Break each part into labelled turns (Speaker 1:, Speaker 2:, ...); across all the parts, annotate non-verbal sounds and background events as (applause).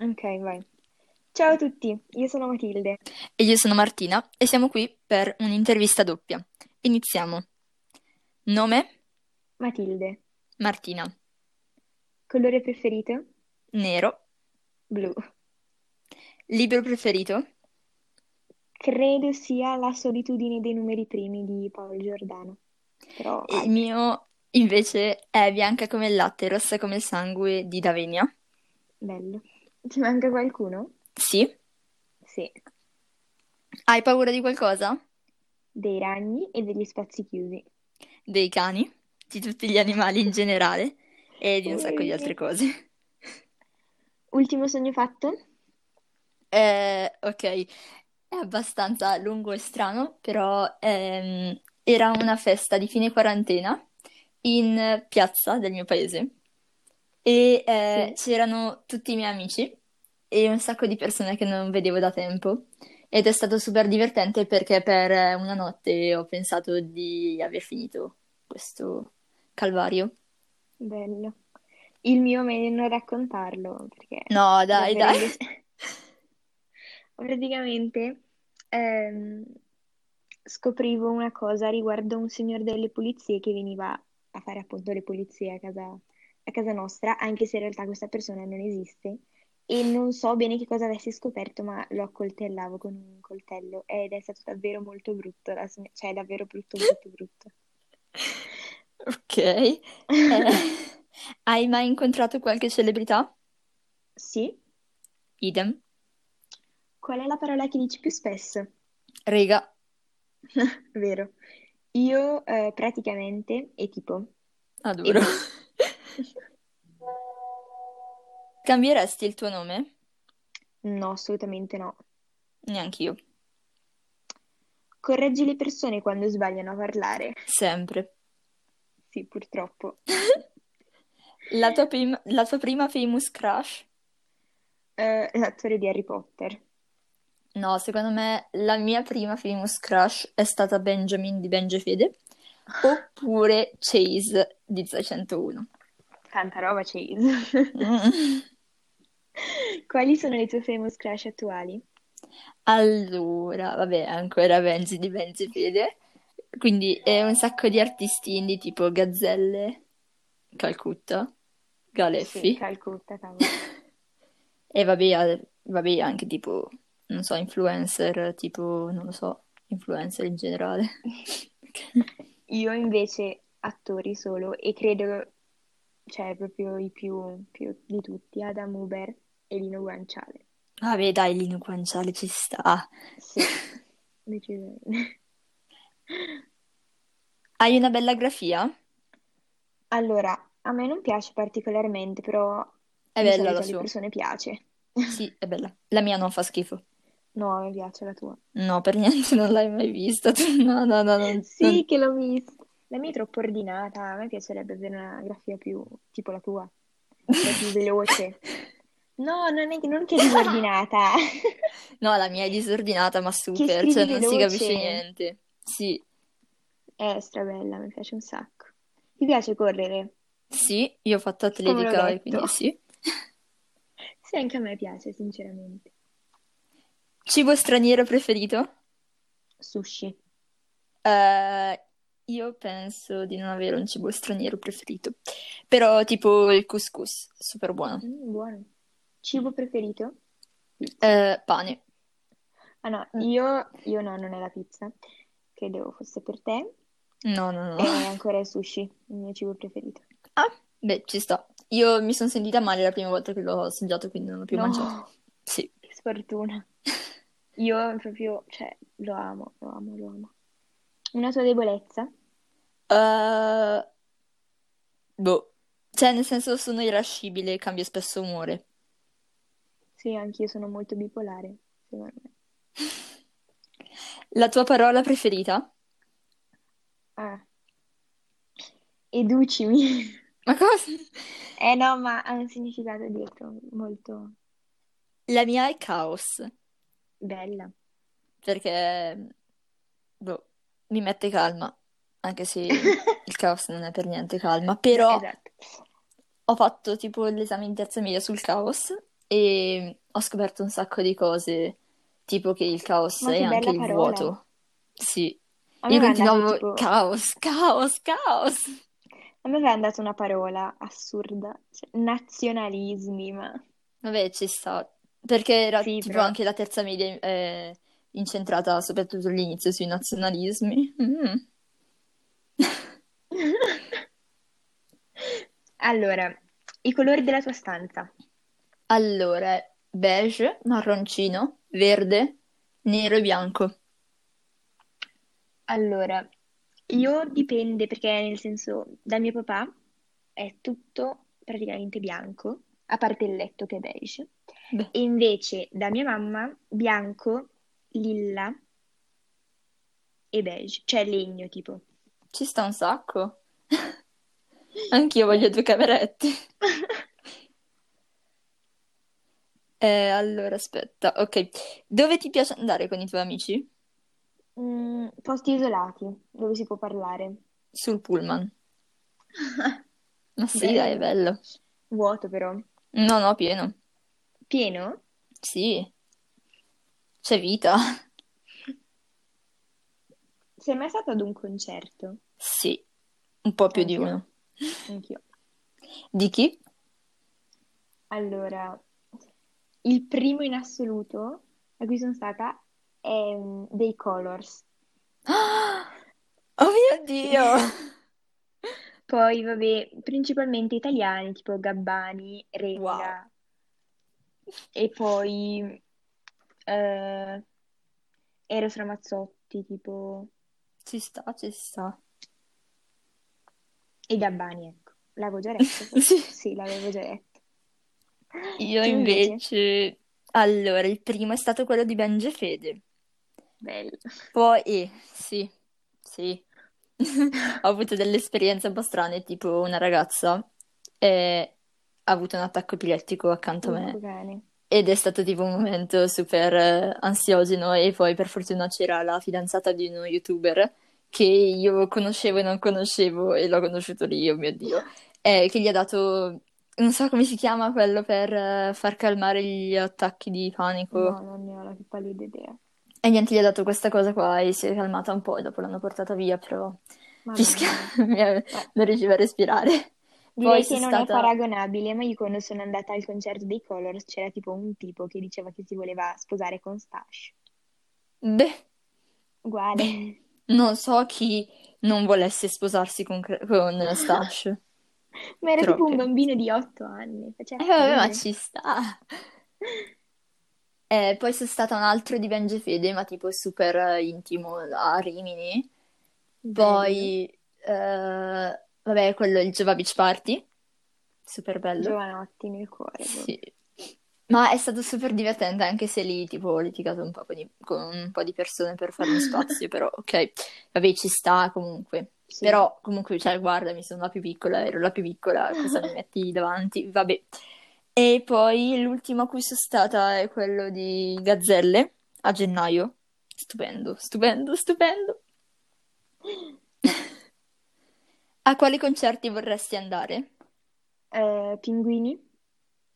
Speaker 1: Ok, vai. Ciao a tutti, io sono Matilde.
Speaker 2: E io sono Martina e siamo qui per un'intervista doppia. Iniziamo. Nome?
Speaker 1: Matilde,
Speaker 2: Martina.
Speaker 1: colore preferito?
Speaker 2: Nero.
Speaker 1: Blu.
Speaker 2: Libro preferito?
Speaker 1: Credo sia La solitudine dei numeri primi di Paolo Giordano. Però ah,
Speaker 2: E il
Speaker 1: altri.
Speaker 2: mio invece è bianca come il latte, rossa come il sangue di Davenia.
Speaker 1: Bello. Ti manca qualcuno?
Speaker 2: Sì.
Speaker 1: Sì.
Speaker 2: Hai paura di qualcosa?
Speaker 1: Dei ragni e degli spazi chiusi.
Speaker 2: Dei cani? Di tutti gli animali in generale? E di un sacco di altre
Speaker 1: Poverini.
Speaker 2: cose.
Speaker 1: Ultimo sogno fatto?
Speaker 2: Eh, ok, è abbastanza lungo e strano, però ehm, era una festa di fine quarantena in piazza del mio paese e eh,
Speaker 1: Sì.
Speaker 2: c'erano tutti i miei amici e un sacco di persone che non vedevo da tempo ed è stato super divertente perché per una notte ho pensato di aver finito questo calvario.
Speaker 1: Bello. Il mio meglio non raccontarlo perché
Speaker 2: No, dai, dai. (laughs)
Speaker 1: roverebbe... Praticamente ehm, scoprivo una cosa riguardo un signor delle pulizie che veniva a fare appunto le pulizie a casa, a casa nostra, anche se in realtà questa persona non esiste e non so bene che cosa avessi scoperto, ma lo accoltellavo con un coltello ed è stato davvero molto brutto, la sign- cioè davvero brutto, brutto, brutto. (laughs)
Speaker 2: Ok. Eh, hai mai incontrato qualche celebrità?
Speaker 1: Sì?
Speaker 2: Idem.
Speaker 1: Qual è la parola che dici più spesso? (laughs)
Speaker 2: Rega.
Speaker 1: Vero. Io eh, praticamente e tipo e
Speaker 2: Adoro.
Speaker 1: boh.
Speaker 2: Cambieresti il tuo nome?
Speaker 1: No, assolutamente no.
Speaker 2: Neanch'io.
Speaker 1: Correggi le persone quando sbagliano a parlare.
Speaker 2: Sempre.
Speaker 1: Sì, purtroppo.
Speaker 2: La tua, prim- la tua prima famous crush?
Speaker 1: Eh, l'attore di Harry Potter.
Speaker 2: No, secondo me la mia prima famous crush è stata Benjamin di Bengefede oppure Chase di 601.
Speaker 1: Tanta roba, Chase. (laughs)
Speaker 2: Mm.
Speaker 1: Quali sono le tue famous crush attuali?
Speaker 2: Allora, vabbè, ancora Benji di Bengefede. Quindi è un sacco di artisti indie tipo Gazzelle, Calcutta,
Speaker 1: Sì,
Speaker 2: Galeffi.
Speaker 1: Calcutta, cavolo.
Speaker 2: E vabbè, al- vabbè, anche tipo, non so, influencer, tipo, non lo so, influencer
Speaker 1: (laughs)
Speaker 2: in generale.
Speaker 1: Io invece attori solo e credo, cioè proprio i più, più di tutti, Adam Huber e Lino Guanciale.
Speaker 2: Vabbè, dai, Lino Guanciale ci sta. (laughs)
Speaker 1: Sì, decisamente.
Speaker 2: Hai una bella grafia?
Speaker 1: Allora, a me non piace particolarmente, però
Speaker 2: È
Speaker 1: di
Speaker 2: bella la
Speaker 1: solito alle
Speaker 2: sua.
Speaker 1: persone piace.
Speaker 2: Sì, è bella. La mia non fa schifo.
Speaker 1: No, a me piace la tua.
Speaker 2: No, per (laughs) niente, non l'hai mai vista. (laughs) tu. No, no, no, non, non-
Speaker 1: Sì, che l'ho vista. La mia è troppo ordinata, a me piacerebbe avere una grafia più tipo la tua, cioè (laughs) più veloce. No, non è che, non che è (laughs) disordinata,
Speaker 2: No, la mia è disordinata, ma
Speaker 1: che
Speaker 2: super, cioè
Speaker 1: scrivi
Speaker 2: non si capisce
Speaker 1: veloce.
Speaker 2: niente. Sì,
Speaker 1: È strabella, mi piace un sacco. Ti piace correre,
Speaker 2: sì, io ho fatto
Speaker 1: come l'ho
Speaker 2: atletica e
Speaker 1: detto.
Speaker 2: quindi sì.
Speaker 1: Sì, anche a me piace, sinceramente.
Speaker 2: Cibo straniero preferito?
Speaker 1: Sushi.
Speaker 2: Eh, io penso di non avere un cibo straniero preferito, però tipo il couscous, super buono.
Speaker 1: Mm, buono. Cibo preferito? Pizza.
Speaker 2: Eh, pane.
Speaker 1: Ah no, io, io no, non è la pizza. Credevo fosse per te.
Speaker 2: No, no, no.
Speaker 1: E ancora il sushi, il mio cibo preferito.
Speaker 2: Ah, beh, ci sto. Io mi sono sentita male la prima volta che l'ho assaggiato, quindi non l'ho più mangiato.
Speaker 1: No,
Speaker 2: Sì.
Speaker 1: che sfortuna. Io proprio, cioè, lo amo, lo amo, lo amo. Una tua debolezza?
Speaker 2: Eh, boh. Cioè, nel senso sono irascibile, cambio spesso umore.
Speaker 1: Sì, anch'io sono molto bipolare, secondo me.
Speaker 2: La tua parola preferita?
Speaker 1: Ah, educimi. (laughs)
Speaker 2: Ma cosa?
Speaker 1: Eh no, ma ha un significato dietro molto
Speaker 2: La mia è caos,
Speaker 1: bella.
Speaker 2: perché boh, mi mette calma, anche
Speaker 1: (laughs)
Speaker 2: se il caos non è per niente calma,
Speaker 1: No,
Speaker 2: però
Speaker 1: esatto.
Speaker 2: ho fatto tipo l'esame in terza media sul caos e ho scoperto un sacco di cose, tipo che il caos
Speaker 1: Ma
Speaker 2: è
Speaker 1: che
Speaker 2: anche
Speaker 1: bella
Speaker 2: il
Speaker 1: parola.
Speaker 2: vuoto. Sì,
Speaker 1: A me
Speaker 2: io
Speaker 1: aveva dato
Speaker 2: continuavo
Speaker 1: tipo...
Speaker 2: caos, caos, caos.
Speaker 1: A me aveva dato una parola assurda, cioè, nazionalismi, ma... (laughs)
Speaker 2: Vabbè, ci sta, perché era
Speaker 1: Sì,
Speaker 2: tipo
Speaker 1: però...
Speaker 2: anche la terza media eh, incentrata soprattutto all'inizio sui nazionalismi. Mm.
Speaker 1: Allora, i colori della tua stanza.
Speaker 2: Allora, beige, marroncino, verde, nero e bianco.
Speaker 1: Allora, io dipende perché nel senso da mio papà è tutto praticamente bianco, a parte il letto che è beige,
Speaker 2: Beh,
Speaker 1: e invece da mia mamma bianco, lilla e beige, cioè legno tipo.
Speaker 2: ci sta un sacco. (laughs) Anch'io voglio due camerette. Eh, allora, aspetta, ok. Dove ti piace andare con i tuoi amici?
Speaker 1: (laughs) Mm, posti isolati dove si può parlare.
Speaker 2: Sul pullman. Ma sì, dai, è
Speaker 1: Bello.
Speaker 2: bello.
Speaker 1: (laughs) Vuoto però.
Speaker 2: No, no, pieno.
Speaker 1: Pieno?
Speaker 2: Sì, c'è vita.
Speaker 1: Sei mai stato ad un concerto?
Speaker 2: Sì, un po' più di
Speaker 1: Anch'io,
Speaker 2: uno.
Speaker 1: anch'io.
Speaker 2: Di chi?
Speaker 1: Allora, il primo in assoluto a cui sono stata è mm, dei Colors.
Speaker 2: Ah! (gasps) Oh mio Dio!
Speaker 1: (laughs) Poi, vabbè, principalmente italiani, tipo Gabbani,
Speaker 2: Wow.
Speaker 1: Renga, e poi eh, Eros Ramazzotti, tipo,
Speaker 2: (laughs) Ci sta, ci sta.
Speaker 1: e Gabbani, ecco. L'avevo
Speaker 2: (laughs)
Speaker 1: già detto, forse.
Speaker 2: Sì.
Speaker 1: Sì, l'avevo già detto.
Speaker 2: Io
Speaker 1: Tu invece?
Speaker 2: invece... Allora, il primo è stato quello di Fede.
Speaker 1: Bello.
Speaker 2: Poi, sì, sì, (laughs) ho avuto delle esperienze un po' strane, tipo una ragazza eh, ha avuto un attacco epilettico accanto a
Speaker 1: Porco
Speaker 2: me
Speaker 1: cane.
Speaker 2: ed è stato tipo un momento super eh, ansiogeno e poi per fortuna c'era la fidanzata di uno youtuber che io conoscevo e non conoscevo e l'ho conosciuto lì, oh mio Dio, eh, che gli ha dato, non so come si chiama quello per eh, far calmare gli attacchi di panico.
Speaker 1: No, non ne ho la più pallida idea.
Speaker 2: E niente, gli ha dato questa cosa qua e si è calmata un po' e dopo l'hanno portata via, però
Speaker 1: Ah,
Speaker 2: fischia,
Speaker 1: Madonna.
Speaker 2: (laughs) mi-
Speaker 1: Beh,
Speaker 2: non riusciva a respirare. Poi
Speaker 1: Eh. Direi
Speaker 2: sono
Speaker 1: che non è
Speaker 2: stata...
Speaker 1: paragonabile, ma io quando sono andata al concerto dei Colors c'era tipo un tipo che diceva che si voleva sposare con Stash.
Speaker 2: Beh,
Speaker 1: Uguale.
Speaker 2: beh, (laughs) non so chi non volesse sposarsi con, Cre-
Speaker 1: (laughs)
Speaker 2: con Stash,
Speaker 1: Ma era
Speaker 2: però
Speaker 1: tipo un
Speaker 2: ok.
Speaker 1: bambino di 8 anni, faceva
Speaker 2: Eh, vabbè, ma
Speaker 1: ridere.
Speaker 2: ci sta. Eh, poi sono stata un altro di Fede, ma tipo super eh, intimo a Rimini.
Speaker 1: Bello.
Speaker 2: Poi, eh, vabbè, quello è il Jova Beach Party, super bello.
Speaker 1: Giovanotti nel cuore
Speaker 2: Sì,
Speaker 1: proprio.
Speaker 2: ma è stato super divertente anche se lì tipo ho litigato un po' con, i- con un po' di persone per farmi spazio, però ok, vabbè ci sta comunque.
Speaker 1: Sì.
Speaker 2: Però comunque, cioè, guarda, mi sono la più piccola, ero la più piccola, cosa mi metti davanti? Vabbè. E poi l'ultimo a cui sono stata è quello di Gazzelle a gennaio. Stupendo, stupendo, stupendo. A quali concerti vorresti andare?
Speaker 1: Eh, Pinguini,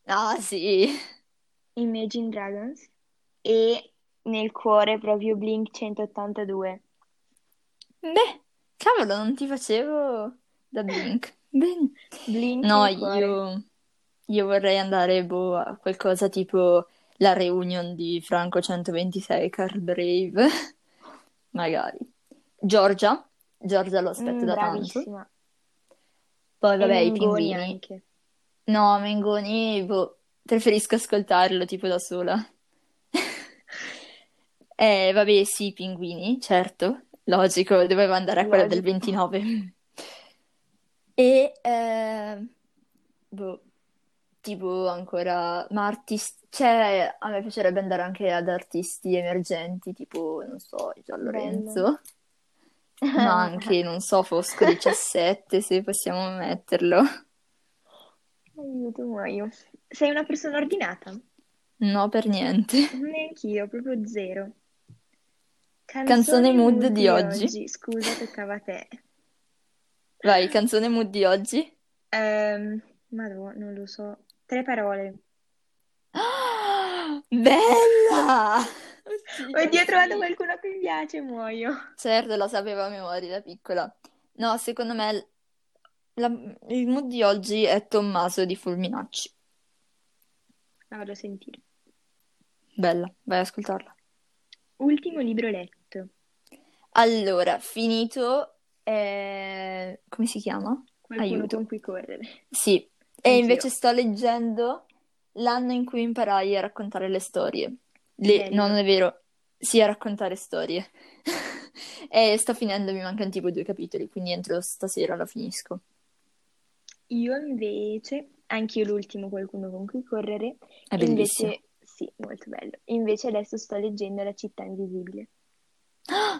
Speaker 2: Ah, sì.
Speaker 1: Imagine Dragons e nel cuore proprio Blink 182.
Speaker 2: Beh, cavolo, non ti facevo da Blink. Bene.
Speaker 1: Blink
Speaker 2: No,
Speaker 1: nel cuore.
Speaker 2: io, io vorrei andare boh, a qualcosa tipo la reunion di Franco 126 Card Brave, (laughs) magari. Giorgia, Giorgia lo aspetto
Speaker 1: Mm,
Speaker 2: da tanto.
Speaker 1: bravissima.
Speaker 2: Poi
Speaker 1: E
Speaker 2: vabbè, i
Speaker 1: Mengoni
Speaker 2: pinguini.
Speaker 1: anche.
Speaker 2: No, Mengoni, boh, preferisco ascoltarlo tipo da sola. (laughs) Eh, vabbè, sì, i pinguini, certo, logico, dovevo andare a quella del
Speaker 1: Logico.
Speaker 2: 29. E eh, boh, tipo ancora, ma artisti, cioè a me piacerebbe andare anche ad artisti emergenti, tipo, non so, Gian
Speaker 1: Bello. (laughs)
Speaker 2: Lorenzo, ma anche, non so, Fosco 17, se possiamo metterlo.
Speaker 1: Aiuto, muoio. Sei una persona ordinata?
Speaker 2: No, per niente.
Speaker 1: Neanch'io, proprio zero.
Speaker 2: Canzone
Speaker 1: Canzone
Speaker 2: mood
Speaker 1: mood
Speaker 2: di
Speaker 1: di
Speaker 2: oggi.
Speaker 1: oggi. Scusa, toccava a te.
Speaker 2: Vai, canzone mood di oggi. (gasps)
Speaker 1: Ehm, madò, non lo so. Tre parole.
Speaker 2: Bella!
Speaker 1: Oddio,
Speaker 2: Oddio,
Speaker 1: ho trovato
Speaker 2: sì.
Speaker 1: qualcuno che mi piace, muoio.
Speaker 2: Certo, la sapevo a memoria da piccola. No, secondo me l- la- il mood di oggi è Tommaso di Fulminacci.
Speaker 1: La Vado a sentire.
Speaker 2: Bella, vai ad ascoltarla.
Speaker 1: Ultimo libro letto.
Speaker 2: Allora, finito... eh, come si chiama?
Speaker 1: Qualcuno
Speaker 2: Aiuto.
Speaker 1: con cui correre.
Speaker 2: Sì, e
Speaker 1: Anch'io.
Speaker 2: invece sto leggendo L'anno in cui imparai a raccontare le storie. Le-
Speaker 1: Bello.
Speaker 2: No, non è vero, sì, a raccontare storie. (laughs) E sto finendo, mi mancano tipo due capitoli, quindi entro stasera la finisco.
Speaker 1: Io invece, anch'io l'ultimo qualcuno con cui correre.
Speaker 2: È bellissimo.
Speaker 1: Invece, sì, molto bello. Invece adesso sto leggendo La città invisibile.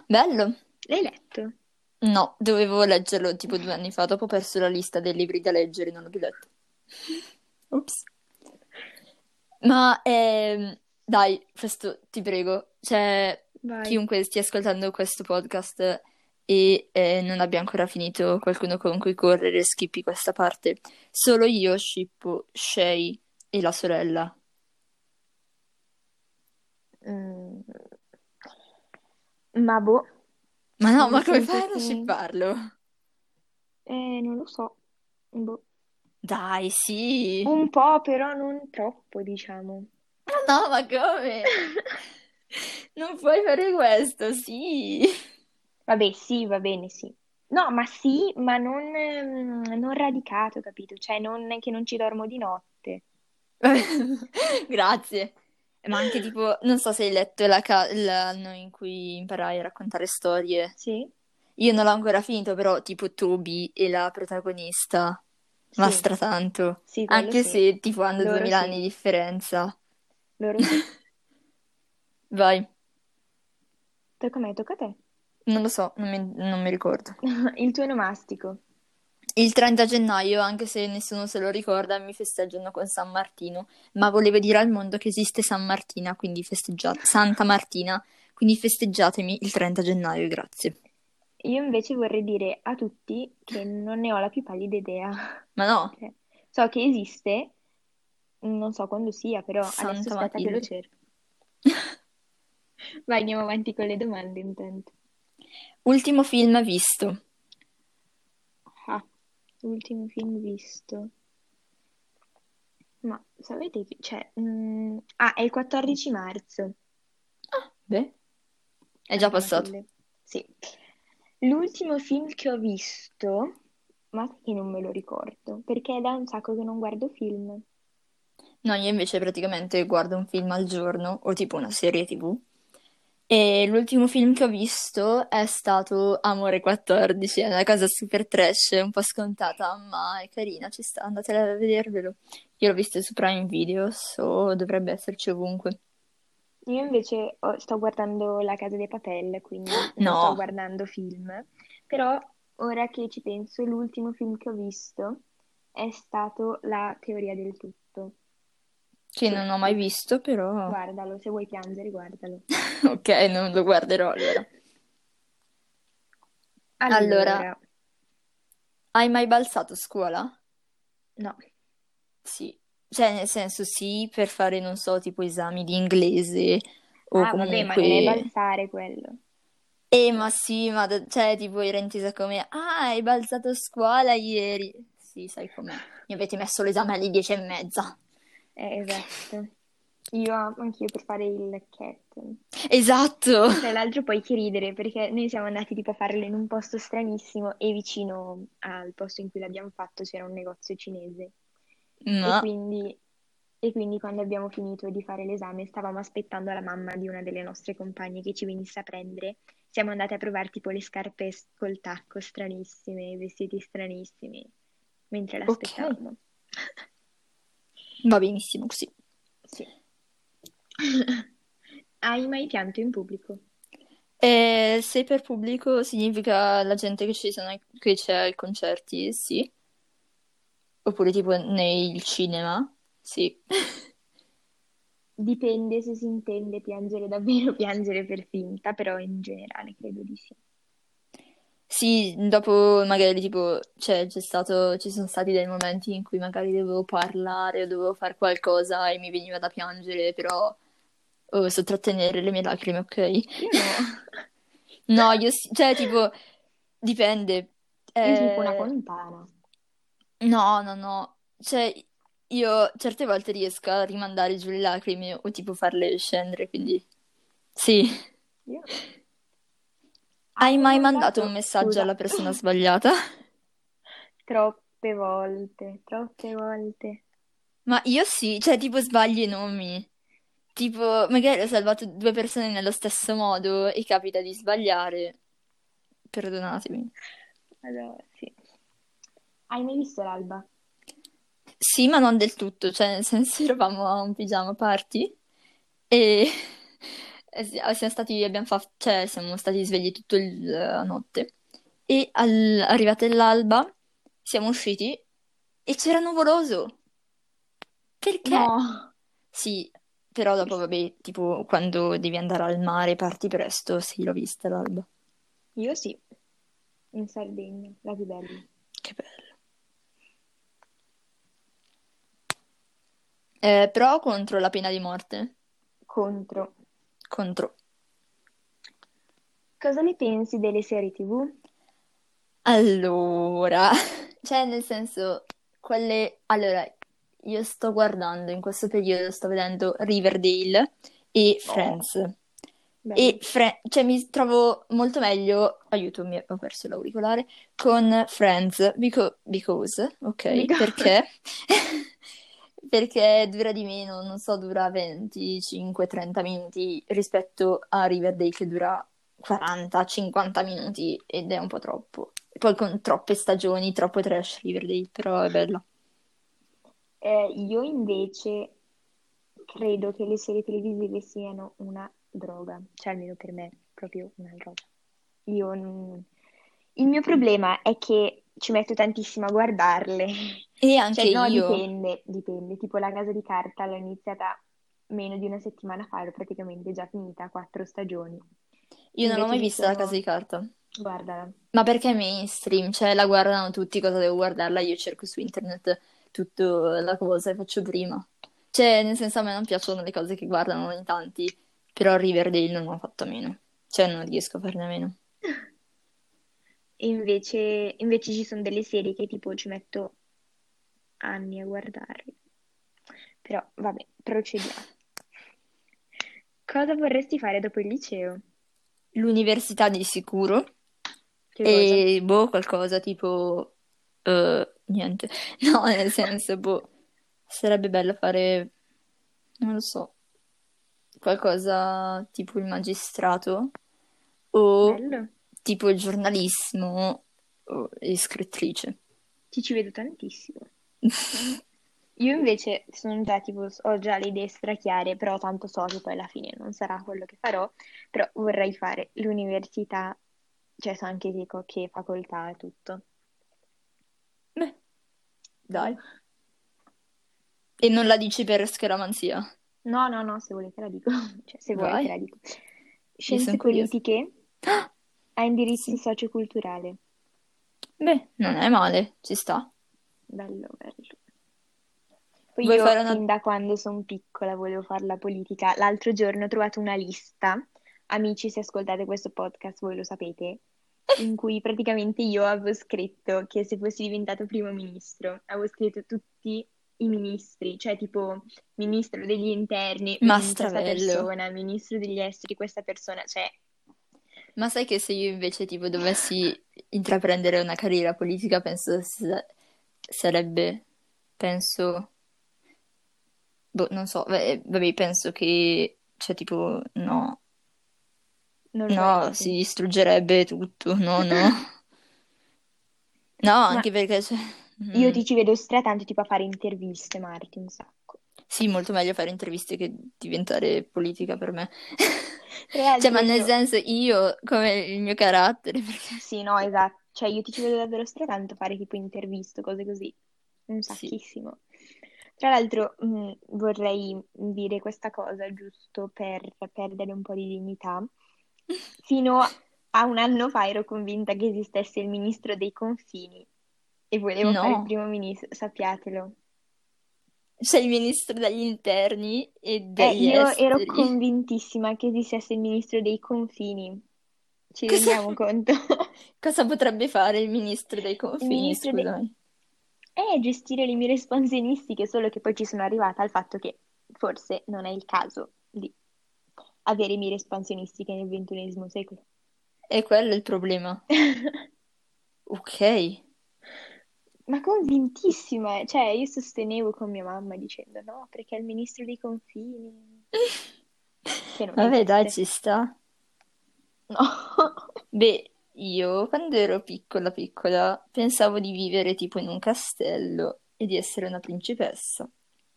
Speaker 2: Bello!
Speaker 1: L'hai letto?
Speaker 2: No, dovevo leggerlo tipo due anni fa, dopo ho perso la lista dei libri da leggere, non l'ho più
Speaker 1: (laughs)
Speaker 2: letto. Ops. Ma ehm, dai, questo ti prego, cioè
Speaker 1: Vai.
Speaker 2: chiunque stia ascoltando questo podcast e eh, non abbia ancora finito qualcuno con cui correre, skippi questa parte. Solo io shippo Shay e la sorella.
Speaker 1: Mm. Ma boh,
Speaker 2: Ma no,
Speaker 1: Non
Speaker 2: ma
Speaker 1: lo
Speaker 2: come
Speaker 1: sento
Speaker 2: fai a non
Speaker 1: più.
Speaker 2: shipparlo?
Speaker 1: eh, non lo so. Boh.
Speaker 2: Dai, sì.
Speaker 1: Un po', però non troppo, diciamo. (laughs)
Speaker 2: Ma no, ma come? Non puoi fare questo, sì. (laughs)
Speaker 1: Vabbè, sì, va bene, sì. No, ma sì, ma non, ehm, non radicato, capito? Cioè, non che non ci dormo di notte.
Speaker 2: Grazie. Ma anche tipo, non so se hai letto la ca- l'anno in cui imparai a raccontare storie.
Speaker 1: Sì?
Speaker 2: Io non l'ho ancora finito, però tipo Toby e la protagonista
Speaker 1: Sì.
Speaker 2: ma stratanto.
Speaker 1: Sì, quello
Speaker 2: Anche
Speaker 1: sì.
Speaker 2: se tipo hanno
Speaker 1: Loro
Speaker 2: 2000
Speaker 1: sì.
Speaker 2: anni di differenza.
Speaker 1: Loro sì.
Speaker 2: Vai,
Speaker 1: Tocca a me, tocca a te.
Speaker 2: non lo so, non mi, non mi ricordo.
Speaker 1: Il tuo nomastico.
Speaker 2: Il 30 gennaio, anche se nessuno se lo ricorda, mi festeggiano con San Martino, ma volevo dire al mondo che esiste San Martina, quindi festeggiate, Santa Martina, quindi festeggiatemi il 30 gennaio, grazie.
Speaker 1: Io invece vorrei dire a tutti che non ne ho la più pallida idea.
Speaker 2: Ma no,
Speaker 1: Cioè, so che esiste, non so quando sia, però
Speaker 2: Santa
Speaker 1: adesso aspetta che
Speaker 2: Matilde.
Speaker 1: lo cerco. (laughs) Vai, andiamo avanti con le domande intanto.
Speaker 2: ultimo film visto.
Speaker 1: Ah, ultimo film visto. Ma sapete che, cioè, mm, ah, è il 14 marzo. Ah,
Speaker 2: Beh, è già
Speaker 1: Santa
Speaker 2: passato.
Speaker 1: Matilde. Sì. L'ultimo film che ho visto, ma sai che non me lo ricordo, perché è da un sacco che non guardo film.
Speaker 2: No, io invece praticamente guardo un film al giorno o tipo una serie TV. E l'ultimo film che ho visto è stato Amore 14, è una cosa super trash, un po' scontata, ma è carina, ci sta, andatela a vedervelo. Io l'ho visto su Prime Video, so dovrebbe esserci ovunque.
Speaker 1: Io invece ho- sto guardando La Casa dei Papel, quindi non
Speaker 2: (gasps) No.
Speaker 1: sto guardando film, però ora che ci penso, l'ultimo film che ho visto è stato La teoria del tutto.
Speaker 2: Che non ho mai visto, però...
Speaker 1: Guardalo, se vuoi piangere, guardalo.
Speaker 2: (laughs) Ok, non lo guarderò allora. Allora. Hai mai balzato a scuola?
Speaker 1: no,
Speaker 2: Sì, cioè nel senso sì, per fare, non so, tipo esami di inglese o
Speaker 1: ah, vabbè, ma non è
Speaker 2: oh, comunque...
Speaker 1: balzare quello.
Speaker 2: Eh, ma sì, ma da- cioè, tipo, era intesa come, ah, hai balzato a scuola ieri. Sì, sai com'è. Mi avete messo l'esame alle dieci e mezza.
Speaker 1: Eh, esatto. Io anch'io per fare il cat.
Speaker 2: Esatto!
Speaker 1: Tra l'altro poi che ridere, perché noi siamo andati tipo a farlo in un posto stranissimo e vicino al posto in cui l'abbiamo fatto c'era un negozio cinese. E
Speaker 2: Ma,
Speaker 1: quindi, e quindi quando abbiamo finito di fare l'esame stavamo aspettando la mamma di una delle nostre compagne che ci venisse a prendere. Siamo andate a provare tipo le scarpe s- col tacco stranissime, i vestiti stranissimi, mentre l'aspettavamo.
Speaker 2: va benissimo così.
Speaker 1: Sì. (laughs) Hai mai pianto in pubblico?
Speaker 2: Eh, se per pubblico significa la gente che ci sono, ai- che c'è ai concerti, sì. Oppure tipo nel cinema, sì. (laughs)
Speaker 1: Dipende se si intende piangere davvero (laughs) o piangere per finta, però in generale credo di sì.
Speaker 2: Sì, dopo magari tipo, cioè, c'è stato, ci sono stati dei momenti in cui magari dovevo parlare o dovevo fare qualcosa e mi veniva da piangere, però oh, sotrattenere le mie lacrime, ok?
Speaker 1: Io (laughs) no.
Speaker 2: No, io sì- cioè tipo dipende.
Speaker 1: Io tipo una
Speaker 2: Eh,
Speaker 1: fontana.
Speaker 2: no, no, no. Cioè io certe volte riesco a rimandare giù le lacrime o tipo farle scendere, quindi sì.
Speaker 1: Io no.
Speaker 2: Hai
Speaker 1: Avevo
Speaker 2: mai mandato un
Speaker 1: mandato-
Speaker 2: messaggio
Speaker 1: Scusa.
Speaker 2: alla persona sbagliata?
Speaker 1: (laughs) Troppe volte, troppe volte.
Speaker 2: Ma io sì, cioè tipo sbagli i nomi. Tipo, magari ho salvato due persone nello stesso modo e capita di sbagliare. Perdonatemi.
Speaker 1: Allora, sì. Hai mai visto l'alba?
Speaker 2: Sì, ma non del tutto, cioè nel senso (laughs) eravamo a un pigiama party e (laughs) e si- ah, siamo stati, abbiamo fa- cioè, siamo stati svegli tutta il- la notte e al- arrivata l'alba siamo usciti e c'era nuvoloso. Perché?
Speaker 1: No.
Speaker 2: Sì, però dopo vabbè, tipo quando devi andare al mare parti presto, sì, l'ho vista l'alba.
Speaker 1: Io sì, in Sardegna, la più bella.
Speaker 2: Che bello. Eh, però contro la pena di morte?
Speaker 1: Contro.
Speaker 2: Contro.
Speaker 1: Cosa ne pensi delle serie TV?
Speaker 2: Allora, (laughs) cioè nel senso, quelle... Allora, io sto guardando in questo periodo, sto vedendo Riverdale e
Speaker 1: Oh,
Speaker 2: Friends. E
Speaker 1: belle.
Speaker 2: Fre- cioè mi trovo molto meglio, aiuto, mi ho perso l'auricolare, con Friends, beco- because,
Speaker 1: Oh
Speaker 2: ok?
Speaker 1: Because.
Speaker 2: Perché? (laughs) Perché dura di meno, non so, dura 25-30 minuti rispetto a Riverdale che dura 40-50 minuti ed è un po' troppo. E poi con troppe stagioni, troppo trash Riverdale, però è bello.
Speaker 1: Eh, io invece credo che le serie televisive siano una droga, cioè almeno per me, proprio una droga. Io non- Il mio problema è che ci metto tantissimo a guardarle.
Speaker 2: E
Speaker 1: Cioè,
Speaker 2: anche
Speaker 1: no,
Speaker 2: io.
Speaker 1: dipende, dipende. Tipo La Casa di Carta l'ho iniziata meno di una settimana fa, ero praticamente già finita, quattro stagioni.
Speaker 2: Io non
Speaker 1: Invece
Speaker 2: l'ho mai
Speaker 1: ci
Speaker 2: vista La Casa di
Speaker 1: sono...
Speaker 2: Carta.
Speaker 1: Guardala.
Speaker 2: Ma perché è mainstream? Cioè, la guardano tutti, cosa devo guardarla? Io cerco su internet tutta la cosa e faccio prima. Cioè, nel senso, a me non piacciono le cose che guardano in tanti, però Riverdale non ho fatto a meno. Cioè, non riesco a farne a meno.
Speaker 1: E invece, invece ci sono delle serie che tipo ci metto anni a guardarle. Però vabbè, procediamo. Cosa vorresti fare dopo il liceo?
Speaker 2: L'università di sicuro
Speaker 1: Che cosa?
Speaker 2: e, boh, qualcosa tipo... eh, niente. (laughs) No, nel senso, boh, sarebbe bello fare, non lo so, qualcosa tipo il magistrato. o
Speaker 1: Bello,
Speaker 2: tipo il giornalismo o e scrittrice.
Speaker 1: ti ci vedo tantissimo. Mm. Io invece sono già tipo, ho già le idee strachiare, però tanto so che poi alla fine non sarà quello che farò, però vorrei fare l'università, cioè so anche dico che facoltà e tutto.
Speaker 2: Beh,
Speaker 1: Tu?
Speaker 2: dai. E non la dici per scaramanzia?
Speaker 1: No, no, no, se vuoi te la dico, (laughs) cioè se vuoi te
Speaker 2: Vai,
Speaker 1: la dico.
Speaker 2: io sono
Speaker 1: Scienze
Speaker 2: curiosa.
Speaker 1: politiche a indirizzo
Speaker 2: Sì.
Speaker 1: socioculturale.
Speaker 2: Beh, non è male, ci sta.
Speaker 1: Bello, bello. Poi
Speaker 2: Vuoi
Speaker 1: io
Speaker 2: fare una...
Speaker 1: fin da quando sono piccola volevo fare la politica. L'altro giorno ho trovato una lista, amici, se ascoltate questo podcast voi lo sapete,
Speaker 2: (laughs)
Speaker 1: in cui praticamente io avevo scritto che se fossi diventato primo ministro, avevo scritto tutti i ministri, cioè tipo ministro degli interni,
Speaker 2: Ma
Speaker 1: mm, questa
Speaker 2: stravello.
Speaker 1: persona, ministro degli esteri, questa persona, cioè...
Speaker 2: Ma sai che se io invece tipo dovessi intraprendere una carriera politica, penso sa- sarebbe... Penso... Boh, non so, vabbè, vabbè, penso che... Cioè tipo, no.
Speaker 1: Non lo
Speaker 2: No, si
Speaker 1: faresti.
Speaker 2: distruggerebbe
Speaker 1: (laughs)
Speaker 2: tutto, no, no. No,
Speaker 1: Ma
Speaker 2: anche perché cioè,
Speaker 1: io
Speaker 2: mm,
Speaker 1: ti ci vedo stratanto tipo a fare interviste, Marti, un sacco.
Speaker 2: sì, molto meglio fare interviste che diventare politica per me.
Speaker 1: Tra
Speaker 2: (laughs) Cioè,
Speaker 1: l'altro
Speaker 2: ma nel
Speaker 1: io...
Speaker 2: senso io come il mio carattere, (laughs) perché
Speaker 1: Sì, no, esatto. Cioè, io ti ci vedo davvero stratanto fare tipo interviste, cose così. Un
Speaker 2: sì.
Speaker 1: sacchissimo. Tra l'altro, mh, vorrei dire questa cosa giusto per perdere un po' di
Speaker 2: (laughs)
Speaker 1: dignità. Fino a un anno fa ero convinta che esistesse il ministro dei confini e volevo fare il
Speaker 2: No,
Speaker 1: primo ministro, sappiatelo.
Speaker 2: sei il ministro degli interni e
Speaker 1: Eh,
Speaker 2: degli
Speaker 1: io
Speaker 2: esteri. (laughs)
Speaker 1: ero convintissima che esistesse il ministro dei confini.
Speaker 2: (laughs)
Speaker 1: Ci
Speaker 2: Cosa-
Speaker 1: rendiamo conto?
Speaker 2: Cosa potrebbe fare il ministro dei confini,
Speaker 1: ministro dei-
Speaker 2: scusami?
Speaker 1: E gestire le mire espansionistiche, solo che poi ci sono arrivata al fatto che forse non è il caso di avere mire espansionistiche nel ventunesimo secolo. (laughs)
Speaker 2: E quello è il problema. Ok.
Speaker 1: Ma convintissima, eh. cioè io sostenevo con mia mamma dicendo no, perché è il ministro dei confini. Che non
Speaker 2: Vabbè, dai,
Speaker 1: esiste.
Speaker 2: ci sta.
Speaker 1: (laughs) No.
Speaker 2: Beh, io quando ero piccola, piccola, pensavo di vivere tipo in un castello e di essere una principessa.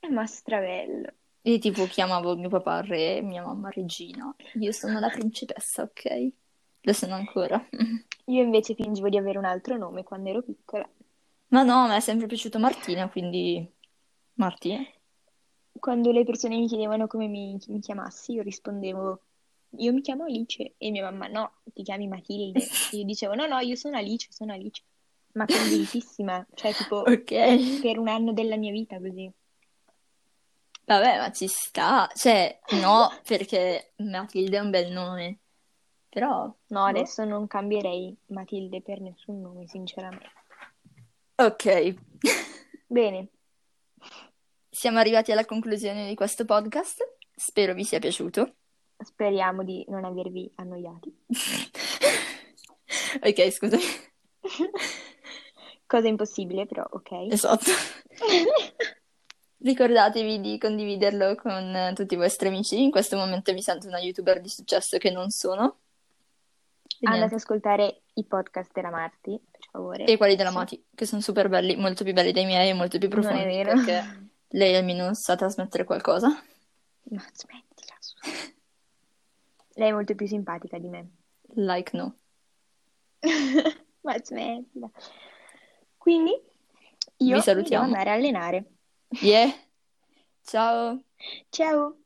Speaker 1: È Mastravello.
Speaker 2: E tipo chiamavo mio papà re e mia mamma regina. Io sono la principessa, ok? Lo sono ancora.
Speaker 1: Io invece fingevo di avere un altro nome quando ero piccola.
Speaker 2: Ma no, mi è sempre piaciuto Martina, quindi... Martina?
Speaker 1: Quando le persone mi chiedevano come mi, mi chiamassi, io rispondevo io mi chiamo Alice e mia mamma no, ti chiami Matilde.
Speaker 2: (laughs)
Speaker 1: Io dicevo no, no, io sono Alice, sono Alice. Ma convintissima, cioè tipo
Speaker 2: (laughs) Ok.
Speaker 1: per un anno della mia vita così.
Speaker 2: Vabbè, ma ci sta. Cioè, no, perché Matilde è un bel nome. Però...
Speaker 1: No,
Speaker 2: boh.
Speaker 1: adesso non cambierei Matilde per nessun nome, sinceramente.
Speaker 2: Ok. (laughs)
Speaker 1: Bene,
Speaker 2: Siamo arrivati alla conclusione di questo podcast. Spero vi sia piaciuto.
Speaker 1: speriamo di non avervi annoiati.
Speaker 2: (laughs) Ok, scusami.
Speaker 1: Cosa impossibile, però,
Speaker 2: (laughs)
Speaker 1: ok.
Speaker 2: Esatto. Ricordatevi di condividerlo con eh, tutti i vostri amici. In questo momento mi sento una youtuber di successo che non sono. E,
Speaker 1: Andate ad
Speaker 2: niente.
Speaker 1: ascoltare i podcast della Marti, per favore.
Speaker 2: E quelli della
Speaker 1: Sì.
Speaker 2: Mati, che sono super belli, molto più belli dei miei e molto più
Speaker 1: Non
Speaker 2: profondi.
Speaker 1: è vero.
Speaker 2: Perché lei almeno sa trasmettere qualcosa.
Speaker 1: (laughs) No, smettila. su. Lei è molto più simpatica di
Speaker 2: (laughs)
Speaker 1: me.
Speaker 2: Like no.
Speaker 1: Ma smettila. Quindi io
Speaker 2: Vi salutiamo.
Speaker 1: (laughs) mi devo andare a allenare.
Speaker 2: Yeah. Ciao.
Speaker 1: Ciao.